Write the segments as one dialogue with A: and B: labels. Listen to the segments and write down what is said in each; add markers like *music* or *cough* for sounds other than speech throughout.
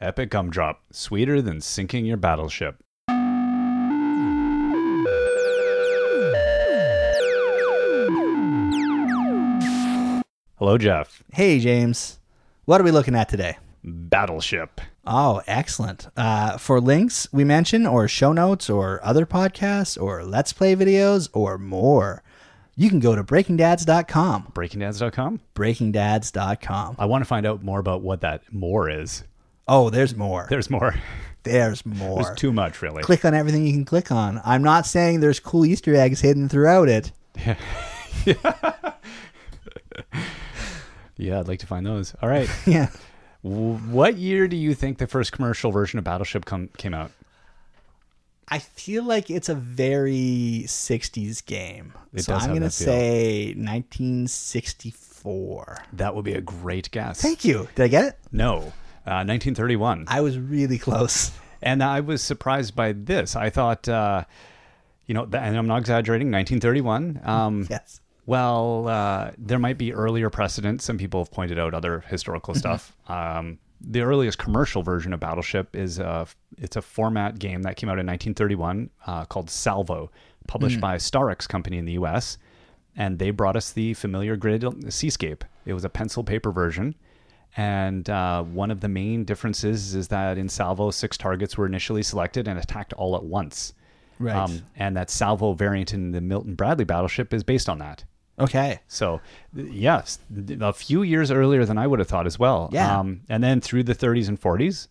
A: Epic Gumdrop, sweeter than sinking your battleship. Hello, Jeff.
B: Hey, James. What are we looking at today?
A: Battleship.
B: Oh, excellent. Uh, for links we mention, or show notes, or other podcasts, or Let's Play videos, or more, you can go to breakingdads.com.
A: BreakingDads.com.
B: Breakingdads.com.
A: I want to find out more about what that more is.
B: Oh, there's more.
A: There's more.
B: There's more.
A: There's too much, really.
B: click on everything you can click on. I'm not saying there's cool Easter eggs hidden throughout it. *laughs*
A: Yeah, I'd like to find those. All
B: *laughs*
A: right.
B: Yeah.
A: W- what year do you think the first commercial version of Battleship come, came out?
B: I feel like it's a very 60s game.
A: It
B: so
A: does
B: I'm
A: have
B: going to
A: that feel.
B: say 1964.
A: That would be a great guess.
B: Thank you. Did I get it?
A: No, uh, 1931.
B: I was really *laughs* close.
A: And I was surprised by this. I thought, uh, you know, th- and I'm not exaggerating, 1931. Um,
B: Yes.
A: Well, uh, there might be earlier precedent. Some people have pointed out other historical stuff. Um, the earliest commercial version of Battleship is a, it's a format game that came out in 1931 uh, called Salvo, published by Starex Company in the U.S. And they brought us the familiar grid uh, seascape. It was a pencil paper version. And uh, one of the main differences is that in Salvo, six targets were initially selected and attacked all at once. Um,
B: Right.
A: and that Salvo variant in the Milton Bradley battleship is based on that.
B: Okay.
A: So, th- yes, th- a few years earlier than I would have thought as well.
B: Yeah.
A: Um, and then through the 30s and 40s,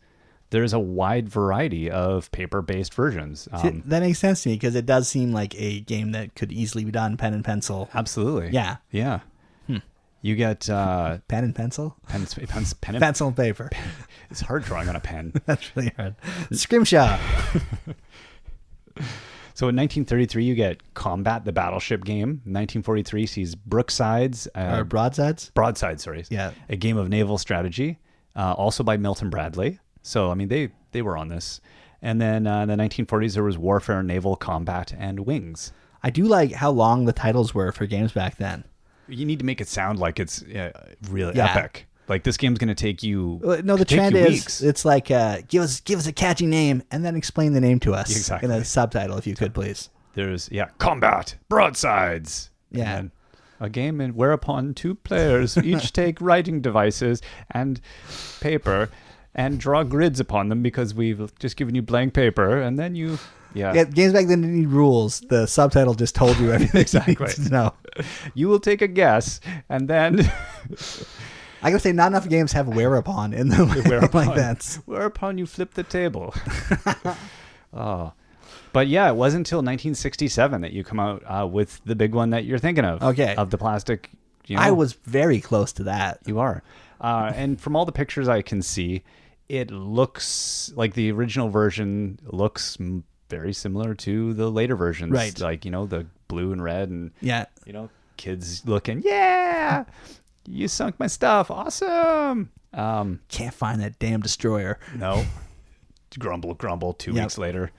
A: there's a wide variety of paper based versions.
B: See,
A: Um,
B: that makes sense to me because it does seem like a game that could easily be done pen and pencil.
A: absolutely.
B: Yeah. Hmm.
A: Yeah. You get uh,
B: Pen and pencil?
A: pen, pen, pen, pen.
B: Pencil and paper.
A: *laughs* It's hard drawing on a pen.
B: That's really hard. Scrimshaw.
A: So in 1933, you get Combat the Battleship game. 1943 sees Brooksides, uh,
B: Or broadsides?
A: Broadside, sorry.
B: Yeah.
A: A game of naval strategy, uh, also by Milton Bradley. So, I mean, they, they were on this. And then uh, in the 1940s, there was Warfare, Naval Combat, and Wings.
B: I do like how long the titles were for games back then.
A: You need to make it sound like it's uh, really
B: Yeah.
A: epic. Like this game's going to take you.
B: Well, No, the
A: could take
B: trend
A: you
B: is
A: weeks.
B: it's like uh, give us give us a catchy name and then explain the name to us
A: Exactly.
B: in a subtitle if you could please.
A: there's yeah, combat, broadsides. and
B: Yeah.
A: then a game in whereupon two
B: *laughs*
A: players each take writing devices and paper and draw grids upon them because we've just given you blank paper and then you yeah.
B: Yeah, games back then didn't need rules. The subtitle just told you everything
A: Exactly.
B: you needed to know.
A: *laughs* You will take a guess and then *laughs*
B: I gotta say, not enough games have whereupon in them
A: whereupon,
B: *laughs* like that.
A: whereupon you flip the
B: *laughs*
A: table. oh. But yeah, it wasn't until 1967 that you come out uh, with the big one that you're thinking of.
B: Okay.
A: Of the plastic. You know,
B: I was very close to that.
A: You are. Uh, and from all the pictures I can see, it looks like the original version looks m- very similar to the later versions.
B: Right.
A: Like, you know, the blue and red and,
B: Yeah.
A: you know, kids looking, yeah, you sunk my stuff. Awesome. Um,
B: Can't find that damn destroyer.
A: no. grumble, grumble. Two
B: Yep.
A: weeks later,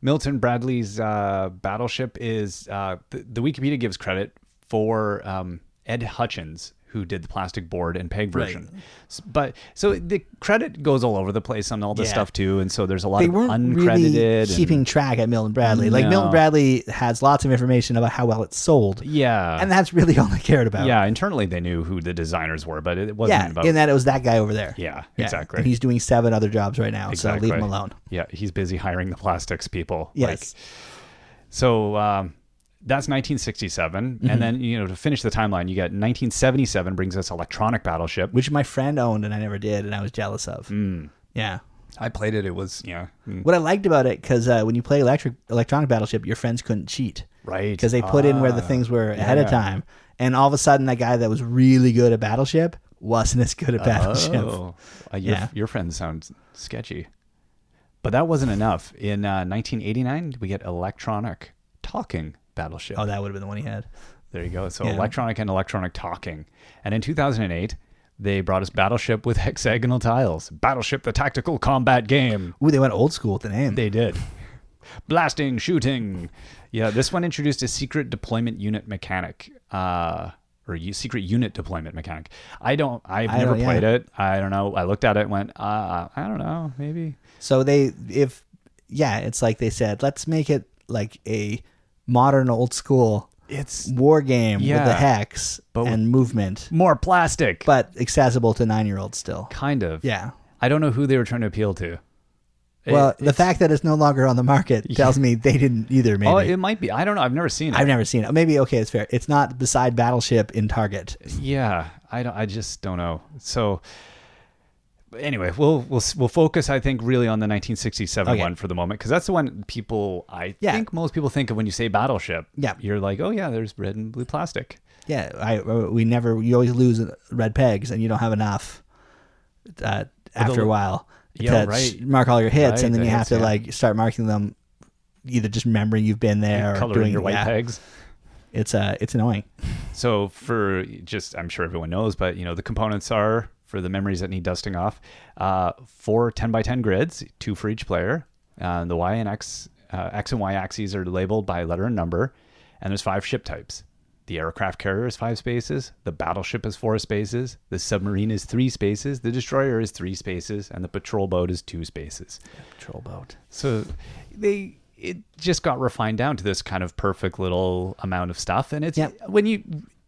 A: Milton Bradley's uh, battleship is uh, the, the Wikipedia gives credit for um, Ed Hutchins, who did the plastic board and peg version. S- But so the credit goes all over the place on all this
B: Yeah.
A: stuff too, and so there's a lot
B: They
A: of
B: weren't
A: uncredited
B: really
A: and-
B: keeping track at Milton Bradley. Like
A: No.
B: Milton Bradley has lots of information about how well it's sold,
A: yeah,
B: and that's really *laughs* all they cared about.
A: yeah. Internally, they knew who the designers were, but it wasn't
B: yeah.
A: about
B: in that it was that guy over there.
A: yeah,
B: Yeah,
A: exactly.
B: And he's doing seven other jobs right now,
A: exactly.
B: so leave him alone.
A: Yeah, he's busy hiring the plastics people. Like,
B: Yes.
A: So um, that's 1967, and then you know to finish the timeline, you got 1977 brings us Electronic Battleship.
B: Which my friend owned and I never did, and I was jealous of. Yeah.
A: I played it. It was yeah, mm,
B: What I liked about it, because uh, when you play electric electronic battleship, your friends couldn't cheat
A: right
B: because they put in where the things were ahead of
A: yeah.
B: time, and all of a sudden that guy that was really good at battleship wasn't as good at battleship.
A: Oh, Uh, your,
B: Yeah.
A: your friend sounds sketchy, but that wasn't enough. In uh, 1989, we get Electronic Talking Battleship.
B: Oh, that would have been the one he had.
A: There you go. So
B: Yeah.
A: electronic and electronic talking. And in 2008, they brought us Battleship with *laughs* hexagonal tiles. Battleship, the tactical combat game.
B: Ooh, they went old school with the name.
A: They did. Blasting, shooting. Yeah, this one introduced a secret deployment unit mechanic, uh, or or u- secret unit deployment mechanic. I don't. I've
B: I
A: never
B: don't- yeah.
A: played it. I don't know. I looked at it, and went, uh, I don't know, maybe.
B: So they, if, yeah, it's like they said, let's make it like a modern old school
A: It's
B: war game with
A: Yeah.
B: the hex
A: But with-
B: and movement,
A: more plastic,
B: but accessible to nine year olds still.
A: kind of.
B: Yeah.
A: I don't know who they were trying to appeal to. It-
B: Well, the
A: it's-
B: fact that it's no longer on the
A: *laughs*
B: market tells me they didn't either. Maybe
A: Oh, it might be. I don't know. I've never seen it.
B: I've never seen it. Maybe okay, it's fair. It's not beside Battleship in Target.
A: yeah, I don't. I just don't know. So. but Anyway, we'll we'll s- we'll focus, I think, really on the 1967
B: Okay.
A: one for the moment because that's the one people I
B: Yeah.
A: think most people think of when you say battleship.
B: Yeah.
A: you're like, oh yeah, there's red and blue plastic.
B: Yeah, I uh, we never you always lose red pegs and you don't have enough uh, after a while
A: Yeah,
B: to
A: right.
B: mark all your hits
A: Right,
B: and then
A: the
B: you have
A: hits,
B: to
A: yeah.
B: like start marking them either just remembering you've been there or
A: coloring
B: doing
A: your white
B: yeah.
A: pegs.
B: It's uh it's annoying.
A: So for just, I'm sure everyone knows, but you know, the components are for the memories that need dusting off, uh, four 10 by 10 grids, two for each player. Uh, the Y and X, uh, X and Y axes are labeled by letter and number. And there's five ship types. The aircraft carrier is five spaces. The battleship is four spaces. The submarine is three spaces. The destroyer is three spaces. And the patrol boat is two spaces.
B: Patrol boat.
A: So they it just got refined down to this kind of perfect little amount of stuff, and it's
B: Yep.
A: when you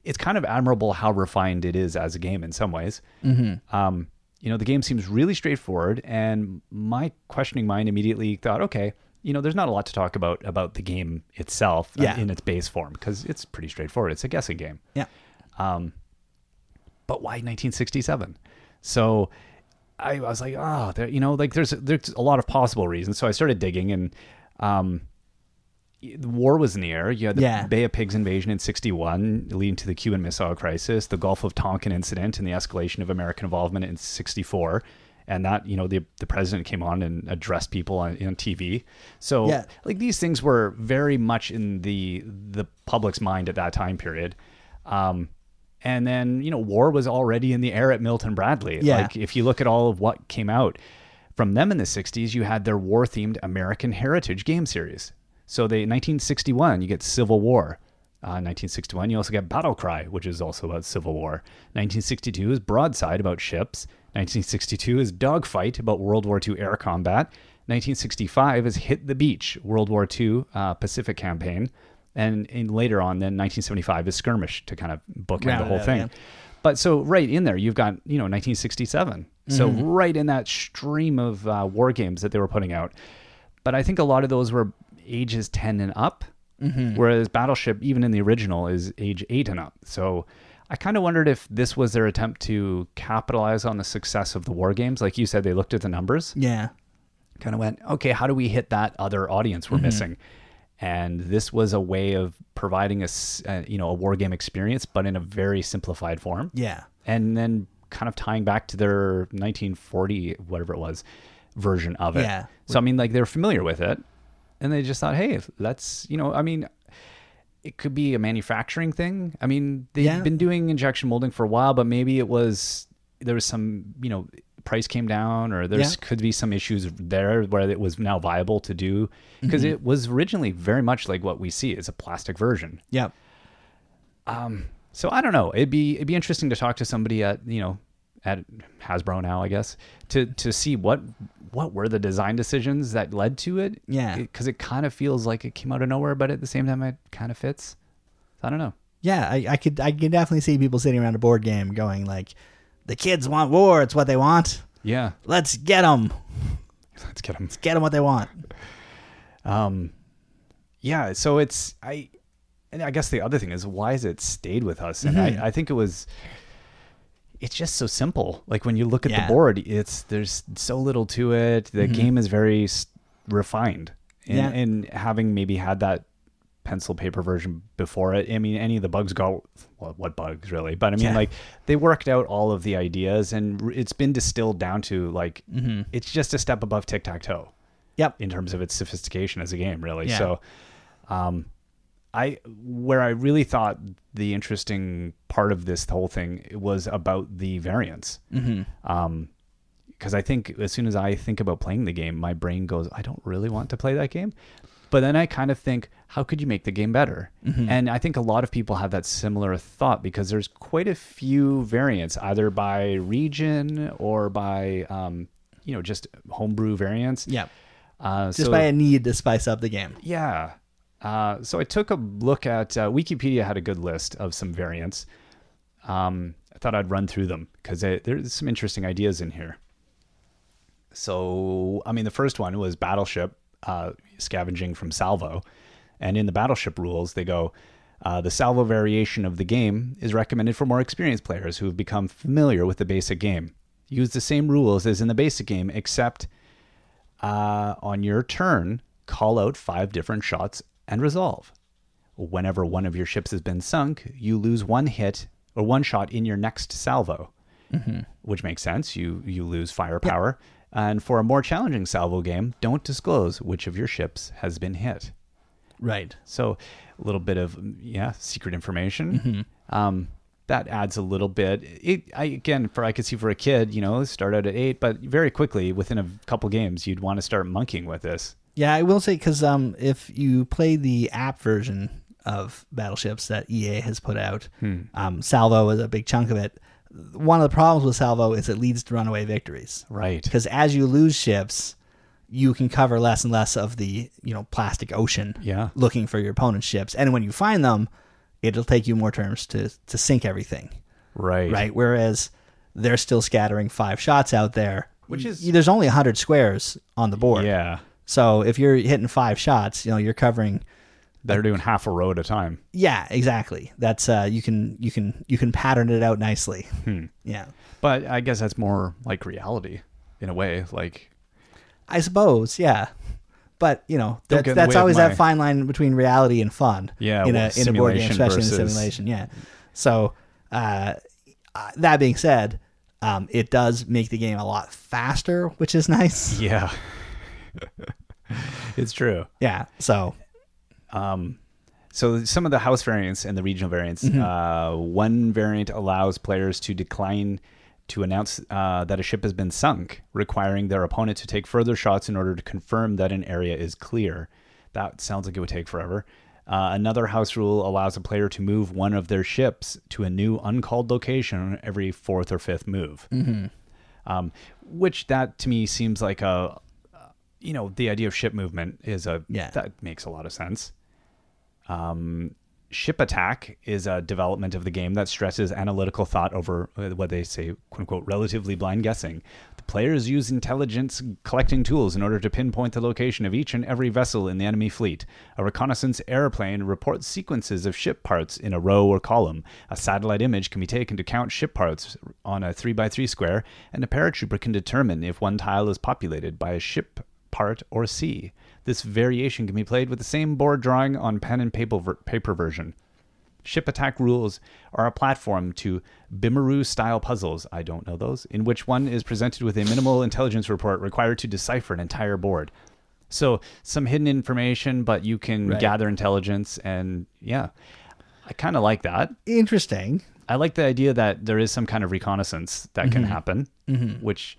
A: it's kind of admirable how refined it is as a game in some ways. Mm-hmm. Um, you know, the game seems really straightforward, and my questioning mind immediately thought, okay. You know, there's not a lot to talk about about the game itself uh,
B: Yeah.
A: in its base form because it's pretty straightforward. It's a guessing game
B: Yeah.
A: but why 1967? So I, I was like, oh, there, you know, like there's there's a lot of possible reasons. So I started digging, and um, y- the war was in the air. You had the
B: Yeah.
A: Bay of Pigs invasion in '61, leading to the Cuban Missile Crisis, the Gulf of Tonkin incident, and the escalation of American involvement in '64. And that, you know, the the president came on and addressed people on, on TV. So
B: Yeah.
A: like these things were very much in the the public's mind at that time period. Um, and then you know war was already in the air at Milton Bradley.
B: Yeah.
A: Like if you look at all of what came out from them in the 60s, you had their war themed American Heritage game series. So they 1961 you get Civil War. Uh, 1961, you also get Battle Cry, which is also about Civil War. 1962 is Broadside about ships. 1962 is Dogfight about World War II air combat. 1965 is Hit the Beach, World War II uh, Pacific campaign. And, and later on, then 1975 is Skirmish to kind of bookend
B: Round
A: the
B: it
A: whole
B: out,
A: thing.
B: yeah.
A: But so right in there, you've got you know 1967. So right in that stream of uh, war games that they were putting out. But I think a lot of those were ages 10 and up, whereas Battleship, even in the original, is age eight and up. So I kind of wondered if this was their attempt to capitalize on the success of the war games. Like you said, they looked at the numbers,
B: Yeah.
A: kind of went, okay, how do we hit that other audience we're missing? And this was a way of providing a s- uh, you know a war game experience, but in a very simplified form
B: Yeah.
A: and then kind of tying back to their 1940 whatever it was version of it.
B: Yeah.
A: So I mean, like they're familiar with it, and they just thought, hey, let's you know, I mean, it could be a manufacturing thing. I mean, they've
B: Yeah.
A: been doing injection molding for a while, but maybe it was there was some you know price came down or there's
B: Yeah.
A: could be some issues there where it was now viable to do because
B: Mm-hmm.
A: it was originally very much like what we see is a plastic version
B: Yep.
A: so I don't know. It'd be it'd be interesting to talk to somebody at you know at Hasbro now, I guess, to to see what what were the design decisions that led to it.
B: Yeah.
A: because it kind of feels like it came out of nowhere, but at the same time, it kind of fits. So I don't know.
B: Yeah, I, I could I can definitely see people sitting around a board game going like, "The kids want war. It's what they want.
A: Yeah,
B: Let's get them.
A: *laughs* let's get them.
B: Get them what they want."
A: Um, yeah. So it's I, and I guess the other thing is why has it stayed with us? And
B: Mm-hmm.
A: I, I think it was. It's just so simple. Like when you look at
B: Yeah. Mm-hmm.
A: the board, it's there's so little to it. The game is very s- refined, and,
B: Yeah.
A: and having maybe had that pencil paper version before it. I mean, any of the bugs got well, what bugs really, but I mean,
B: Yeah.
A: like they worked out all of the ideas, and r- it's been distilled down to like
B: Mm-hmm.
A: it's just a step above tic tac toe
B: Yep.
A: in terms of its sophistication as a game, really.
B: Yeah.
A: So, um, I where I really thought the interesting part of this whole thing was about the variants, Um, because
B: Mm-hmm.
A: I think as soon as I think about playing the game, my brain goes, I don't really want to play that game, But then I kind of think, how could you make the game better?
B: Mm-hmm.
A: And I think a lot of people have that similar thought because there's quite a few variants, either by region or by, um, you know, just homebrew variants.
B: Yeah.
A: Uh,
B: Just
A: so-
B: by a need to spice up the game.
A: yeah. Uh, so I took a look at uh, Wikipedia had a good list of some variants. Um, I thought I'd run through them because there's some interesting ideas in here. So I mean, the first one was battleship uh, scavenging from salvo, and in the battleship rules they go. Uh, the salvo variation of the game is recommended for more experienced players who have become familiar with the basic game. Use the same rules as in the basic game, except uh, on your turn, call out five different shots and resolve. Whenever one of your ships has been sunk, you lose one hit or one shot in your next salvo, which makes sense. You you lose firepower. And for a more challenging salvo game, don't disclose which of your ships has been hit.
B: Right.
A: So a little bit of mm, yeah, secret information. Um, that adds a little bit. It I again for I could see for a kid, you know, start out at eight, but very quickly within a couple games, you'd want to start monkeying with this.
B: Yeah, I will say because um, if you play the app version of Battleships that EA has put out,
A: Hmm.
B: um, Salvo is a big chunk of it. One of the problems with Salvo is it leads to runaway victories.
A: Right.
B: Because as you lose ships, you can cover less and less of the you know plastic ocean.
A: Yeah.
B: Looking for your opponent's ships, and when you find them, it'll take you more turns to to sink everything.
A: Right.
B: Right. Whereas they're still scattering five shots out there.
A: Which is-
B: Y- there's only hundred squares on the board.
A: Yeah.
B: So if you're hitting five shots, you know you're covering.
A: They're doing half a row at a time.
B: Yeah, exactly. That's uh, you can you can you can pattern it out nicely.
A: Hmm.
B: Yeah,
A: But I guess that's more like reality in a way. Like
B: I suppose. Yeah, but you know
A: Don't get
B: that's,
A: in the
B: that's
A: way of
B: always
A: my-
B: that fine line between reality and fun.
A: Yeah,
B: in
A: well,
B: a in a board game,
A: simulation
B: especially in a
A: versus-
B: simulation. Yeah. So uh, uh, that being said, um, it does make the game a lot faster, which is *laughs* nice.
A: Yeah. *laughs* it's true.
B: Yeah. So
A: So some of the house variants and the regional variants. Uh, one variant allows players to decline to announce uh, that a ship has been sunk, requiring their opponent to take further shots in order to confirm that an area is clear. That sounds like it would take forever. Uh, another house rule allows a player to move one of their ships to a new uncalled location every fourth or fifth move. Um, which that to me seems like a, you know, the idea of ship movement is a
B: Yeah.
A: that makes a lot of sense. Ship Attack is a development of the game that stresses analytical thought over uh, what they say, quote unquote, relatively blind guessing. The players use intelligence collecting tools in order to pinpoint the location of each and every vessel in the enemy fleet. A reconnaissance airplane reports sequences of ship parts in a row or column. A satellite image can be taken to count ship parts on a 3x3 square, and a paratrooper can determine if one tile is populated by a ship part, or C. This variation can be played with the same board drawing on pen and paper, ver- paper version. Ship attack rules are a platform to Bimaru style puzzles, I don't know those, in which one is presented with a minimal intelligence report required to decipher an entire board. So, some hidden information, but you can
B: Right.
A: gather intelligence, and yeah, I kind of like that.
B: interesting.
A: I like the idea that there is some kind of reconnaissance that
B: Mm-hmm.
A: can happen, which,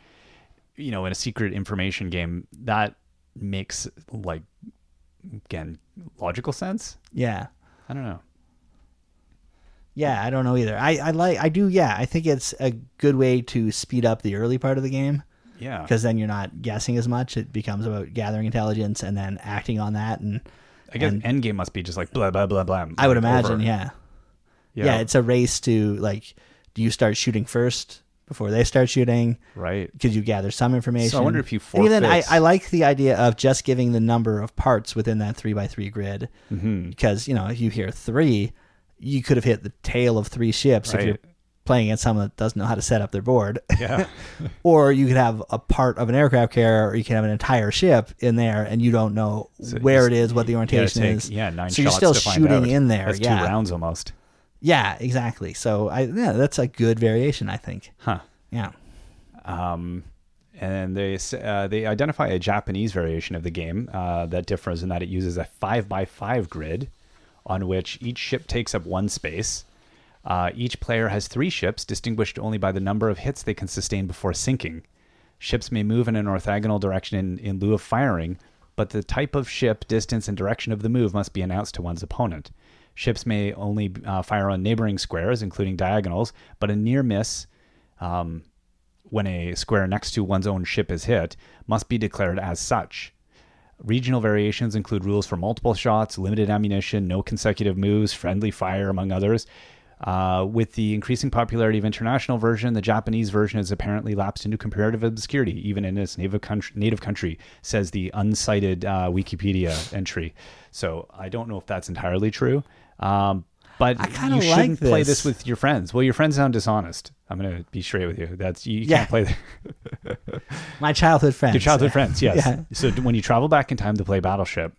A: you know, in a secret information game, that makes like again logical sense.
B: Yeah.
A: I don't know.
B: Yeah, I don't know either. I, I like I do. Yeah, I think it's a good way to speed up the early part of the game
A: Yeah,
B: because then you're not guessing as much. It becomes about gathering intelligence and then acting on that. And
A: I guess end game must be just like blah blah blah blah.
B: I would
A: like,
B: imagine,
A: over.
B: yeah,
A: yeah,
B: yeah, it's a race to like, do you start shooting first before they start shooting?
A: right.
B: Because you gather some information.
A: So I wonder if you
B: And even I,
A: forfeit-
B: I like the idea of just giving the number of parts within that three by three grid
A: Mm-hmm.
B: because you know if you hear three, you could have hit the tail of three ships if
A: Right.
B: you're playing against someone that doesn't know how to set up their board,
A: *laughs* Yeah,
B: *laughs* or you could have a part of an aircraft carrier, or you can have an entire ship in there and you don't know
A: So you
B: where it is, what the
A: yeah,
B: orientation
A: take,
B: is.
A: yeah nine
B: so you're
A: shots
B: still
A: to find
B: shooting
A: out.
B: in there.
A: That's
B: yeah,
A: two rounds almost.
B: yeah, exactly. So I yeah, that's a good variation, I think.
A: Huh.
B: Yeah.
A: um, and they s- uh, they identify a Japanese variation of the game uh, that differs in that it uses a five by five grid, on which each ship takes up one space. Uh, each player has three ships, distinguished only by the number of hits they can sustain before sinking. Ships may move in an orthogonal direction in, in lieu of firing, but the type of ship, distance, and direction of the move must be announced to one's opponent. Ships may only uh, fire on neighboring squares, including diagonals, but a near miss um, when a square next to one's own ship is hit must be declared as such. Regional variations include rules for multiple shots, limited ammunition, no consecutive moves, friendly fire, among others. Uh, with the increasing popularity of international version, the Japanese version has apparently lapsed into comparative obscurity, even in its native country, native country says the uncited uh, Wikipedia entry. So I don't know if that's entirely true. Um, but
B: I kinda
A: you
B: like
A: shouldn't play
B: this.
A: this with your friends. Well, your friends sound dishonest. I'm going to be straight with you. That's you, you
B: Yeah.
A: can't play that.
B: My childhood friends.
A: Your *laughs* childhood friends, yes.
B: Yeah.
A: So d- when you travel back in time to play Battleship,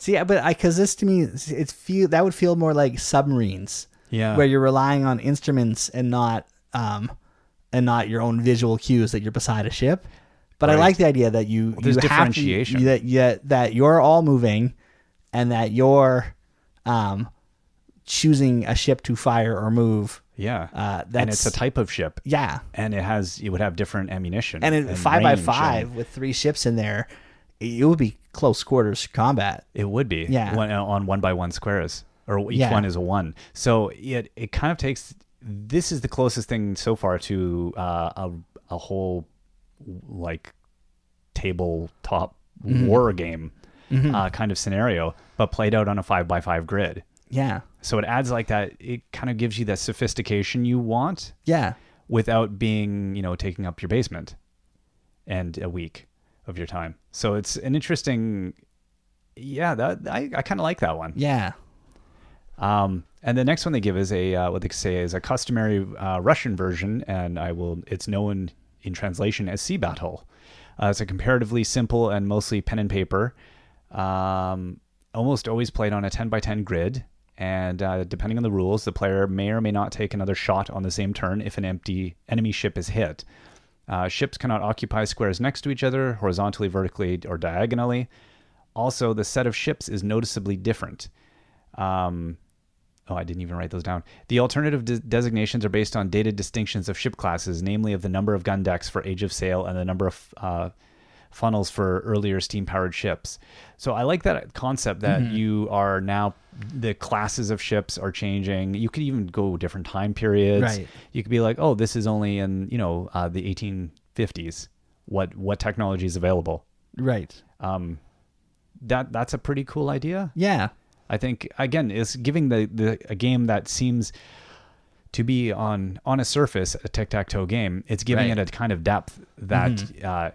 B: See, yeah, but I because this to me, it's feel that would feel more like submarines.
A: Yeah.
B: Where you're relying on instruments and not, um, and not your own visual cues that you're beside a ship. But I
A: Right.
B: like the idea that you
A: there's
B: you have to-
A: differentiation.
B: you- that yeah, that you're all moving, and that you're, um, choosing a ship to fire or move.
A: yeah,
B: Uh,
A: and
B: that's-
A: it's a type of ship,
B: Yeah,
A: and it has it would have different ammunition
B: and, in five by
A: range, and
B: five with three ships in there, it would be close quarters combat.
A: It would be.
B: Yeah.
A: One, uh, on one by one squares, or each
B: Yeah.
A: one is a one. So it it kind of takes. This is the closest thing so far to uh, a a whole like tabletop
B: Mm-hmm.
A: war game uh, kind of scenario, but played out on a five by five grid.
B: Yeah,
A: So it adds like that. It kind of gives you that sophistication you want
B: yeah.
A: without being, you know, taking up your basement and a week of your time. So it's an interesting, yeah, that I, I kind of like that one.
B: Yeah.
A: Um, and the next one they give is a, uh, what they say is a customary uh, Russian version, and I will, it's known in translation as Sea Battle. Uh, it's a comparatively simple and mostly pen and paper, um, almost always played on a 10 by 10 grid. And uh, depending on the rules, the player may or may not take another shot on the same turn if an empty enemy ship is hit. Uh, ships cannot occupy squares next to each other, horizontally, vertically, or diagonally. Also, the set of ships is noticeably different. Um, oh, I didn't even write those down. The alternative de- designations are based on dated distinctions of ship classes, namely of the number of gun decks for age of sail and the number of uh, funnels for earlier steam powered ships. So I like that concept that you are now the classes of ships are changing. You could even go different time periods.
B: Right.
A: You could be like, oh, this is only in you know uh, the 1850s. What what technology is available?
B: Right.
A: That that's a pretty cool idea.
B: Yeah.
A: I think again is giving the, the a game that seems to be on on a surface a tic tac toe game. It's giving
B: Right.
A: it a kind of depth that uh,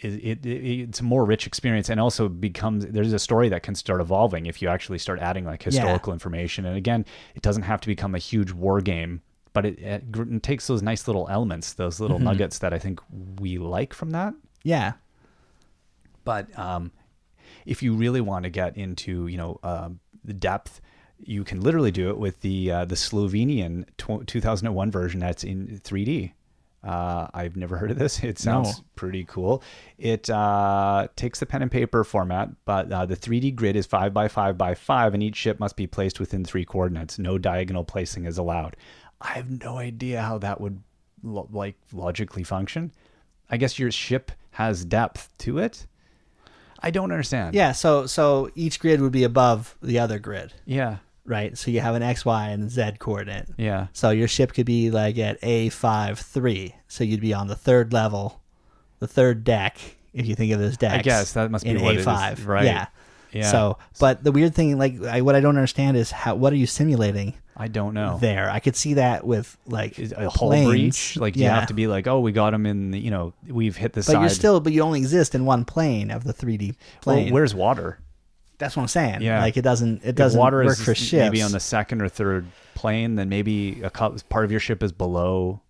A: it, it, it it's a more rich experience, and also becomes there's a story that can start evolving if you actually start adding like historical information. And again, it doesn't have to become a huge war game. But it, it gr- it takes those nice little elements, those little nuggets that I think we like from that.
B: Yeah.
A: But um, if you really want to get into, you know, um, the depth, you can literally do it with the uh, the Slovenian tw- 2001 version that's in 3D. Uh, I've never heard of this. It sounds pretty cool. It uh, takes the pen and paper format, but uh, the 3D grid is five by five by five, and each ship must be placed within three coordinates. No diagonal placing is allowed. I have no idea how that would lo- like logically function. I guess your ship has depth to it. I don't understand.
B: Yeah. So so each grid would be above the other grid,
A: Yeah.
B: right? So you have an X, Y, and Z coordinate.
A: Yeah.
B: So your ship could be like at A five three. So you'd be on the third level, the third deck, if you think of it as decks.
A: guess that must be
B: in
A: what it
B: A
A: is,
B: five.
A: right.
B: Yeah.
A: Yeah.
B: So but the weird thing, like I, what I don't understand is how what are you simulating
A: I don't know.
B: there? I could see that with like
A: Oh. Is a hull
B: planes.
A: breach? Like you
B: Yeah.
A: have to be like, oh, we got him in. The, you know, we've hit the
B: But
A: side.
B: you're still but you only exist in one plane of the three D
A: Well,
B: plane.
A: where's water?
B: That's what I'm saying.
A: Yeah.
B: Like it doesn't it
A: If
B: doesn't
A: water
B: work
A: is
B: for
A: s-
B: ships.
A: Maybe on the second or third plane, then maybe a cou- part of your ship is
B: Oh.
A: below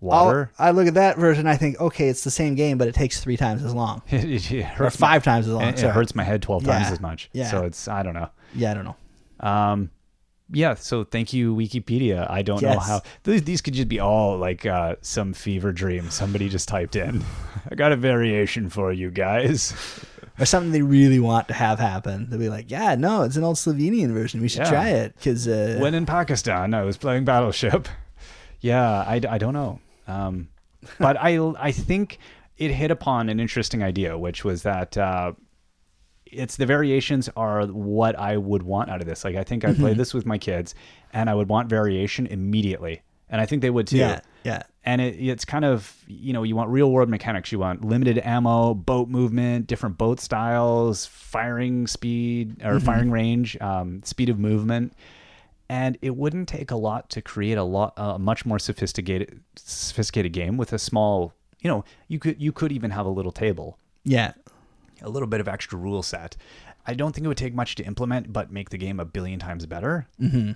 B: I'll-
A: water. *laughs*
B: I look at that version. I think, okay, it's the same game, but it takes three times as long,
A: it, it
B: or
A: hurts my-
B: five times as long.
A: it- it
B: sorry.
A: hurts my head twelve times
B: Yeah.
A: as much.
B: Yeah.
A: So it's I don't know.
B: Yeah, I don't know.
A: Um, yeah. So thank you, Wikipedia. I don't know
B: Yes.
A: how these, these could just be all like uh, some fever dream somebody just typed in. I got a variation for you guys.
B: Or something they really want to have happen. They'll be like, yeah, no, it's an old Slovenian version. We should
A: Yeah.
B: try it because uh,
A: when in Pakistan, I was playing Battleship. Yeah, I, I don't know. Um, but I, I think it hit upon an interesting idea, which was that uh, it's the variations are what I would want out of this. Like I think I
B: Mm-hmm.
A: played this with my kids, and I would want variation immediately, and I think they would too.
B: Yeah. Yeah.
A: And it, it's kind of you know you want real world mechanics. You want limited ammo, boat movement, different boat styles, firing speed or firing range, um, speed of movement. And it wouldn't take a lot to create a lot, a much more sophisticated, sophisticated game with a small. You know, you could you could even have a little table
B: Yeah.
A: a little bit of extra rule set. I don't think it would take much to implement, but make the game a billion times better. Mm-hmm.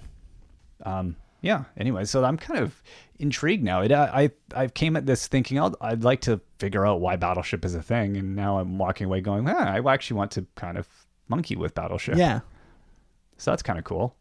A: Um, yeah. Anyway, so I'm kind of intrigued now. It, uh, I I I came at this thinking I'll, I'd like to figure out why Battleship is a thing, and now I'm walking away going, ah, I actually want to kind of monkey with Battleship.
B: Yeah.
A: So that's kind of cool.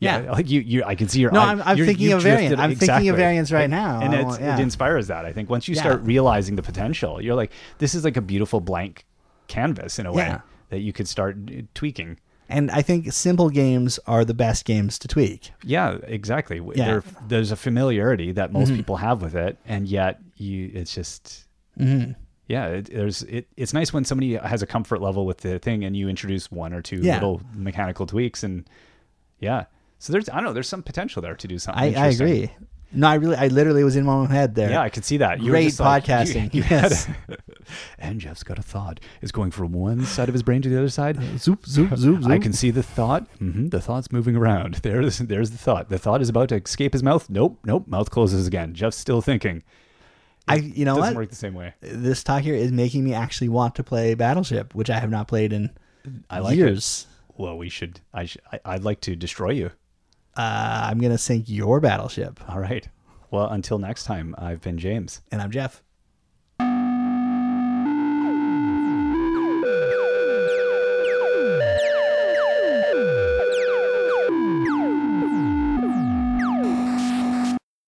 B: Yeah.
A: like you, you. I can see your.
B: No,
A: eye-
B: I'm- I'm
A: you're-
B: thinking
A: you
B: of variant.
A: drifted-
B: I'm thinking of variants right now.
A: and
B: I
A: it's,
B: want- yeah.
A: it inspires that. I think once you
B: Yeah.
A: start realizing the potential, you're like, this is like a beautiful blank canvas in a way
B: Yeah.
A: that you could start uh, tweaking.
B: And I think simple games are the best games to tweak.
A: Yeah, exactly. W-
B: Yeah. Mm-hmm.
A: There, there's a familiarity that most people have with it, and yet you, it's just,
B: Mm-hmm.
A: yeah. It, there's, it, it's nice when somebody has a comfort level with the thing, and you introduce one or two
B: Yeah.
A: little mechanical tweaks, and yeah. So there's, I don't know, there's some potential there to do something.
B: I, I
A: interesting.
B: agree. No, I really, I literally was in my own head there.
A: Yeah, I could see that. You were
B: Great
A: just like, *laughs* you-
B: podcasting.
A: you had
B: Yes.
A: a- *laughs* and Jeff's got a thought. It's going from one side of his brain to the other side. *laughs*
B: Zoop, zoop, zoop, zoop.
A: I can see the thought. hmm the thought's moving around. *laughs* There's there's the thought. The thought is about to escape his mouth. Nope, nope. Mouth closes again. Jeff's still thinking.
B: I, you know
A: Doesn't
B: what?
A: work the same way.
B: This talk here is making me actually want to play Battleship, which I have not played in
A: I like it.
B: years.
A: Well, we should. I, sh- I I'd like to destroy you.
B: Uh, I'm gonna sink your Battleship,
A: All right. Well, until next time. I've been James.
B: and I'm Jeff.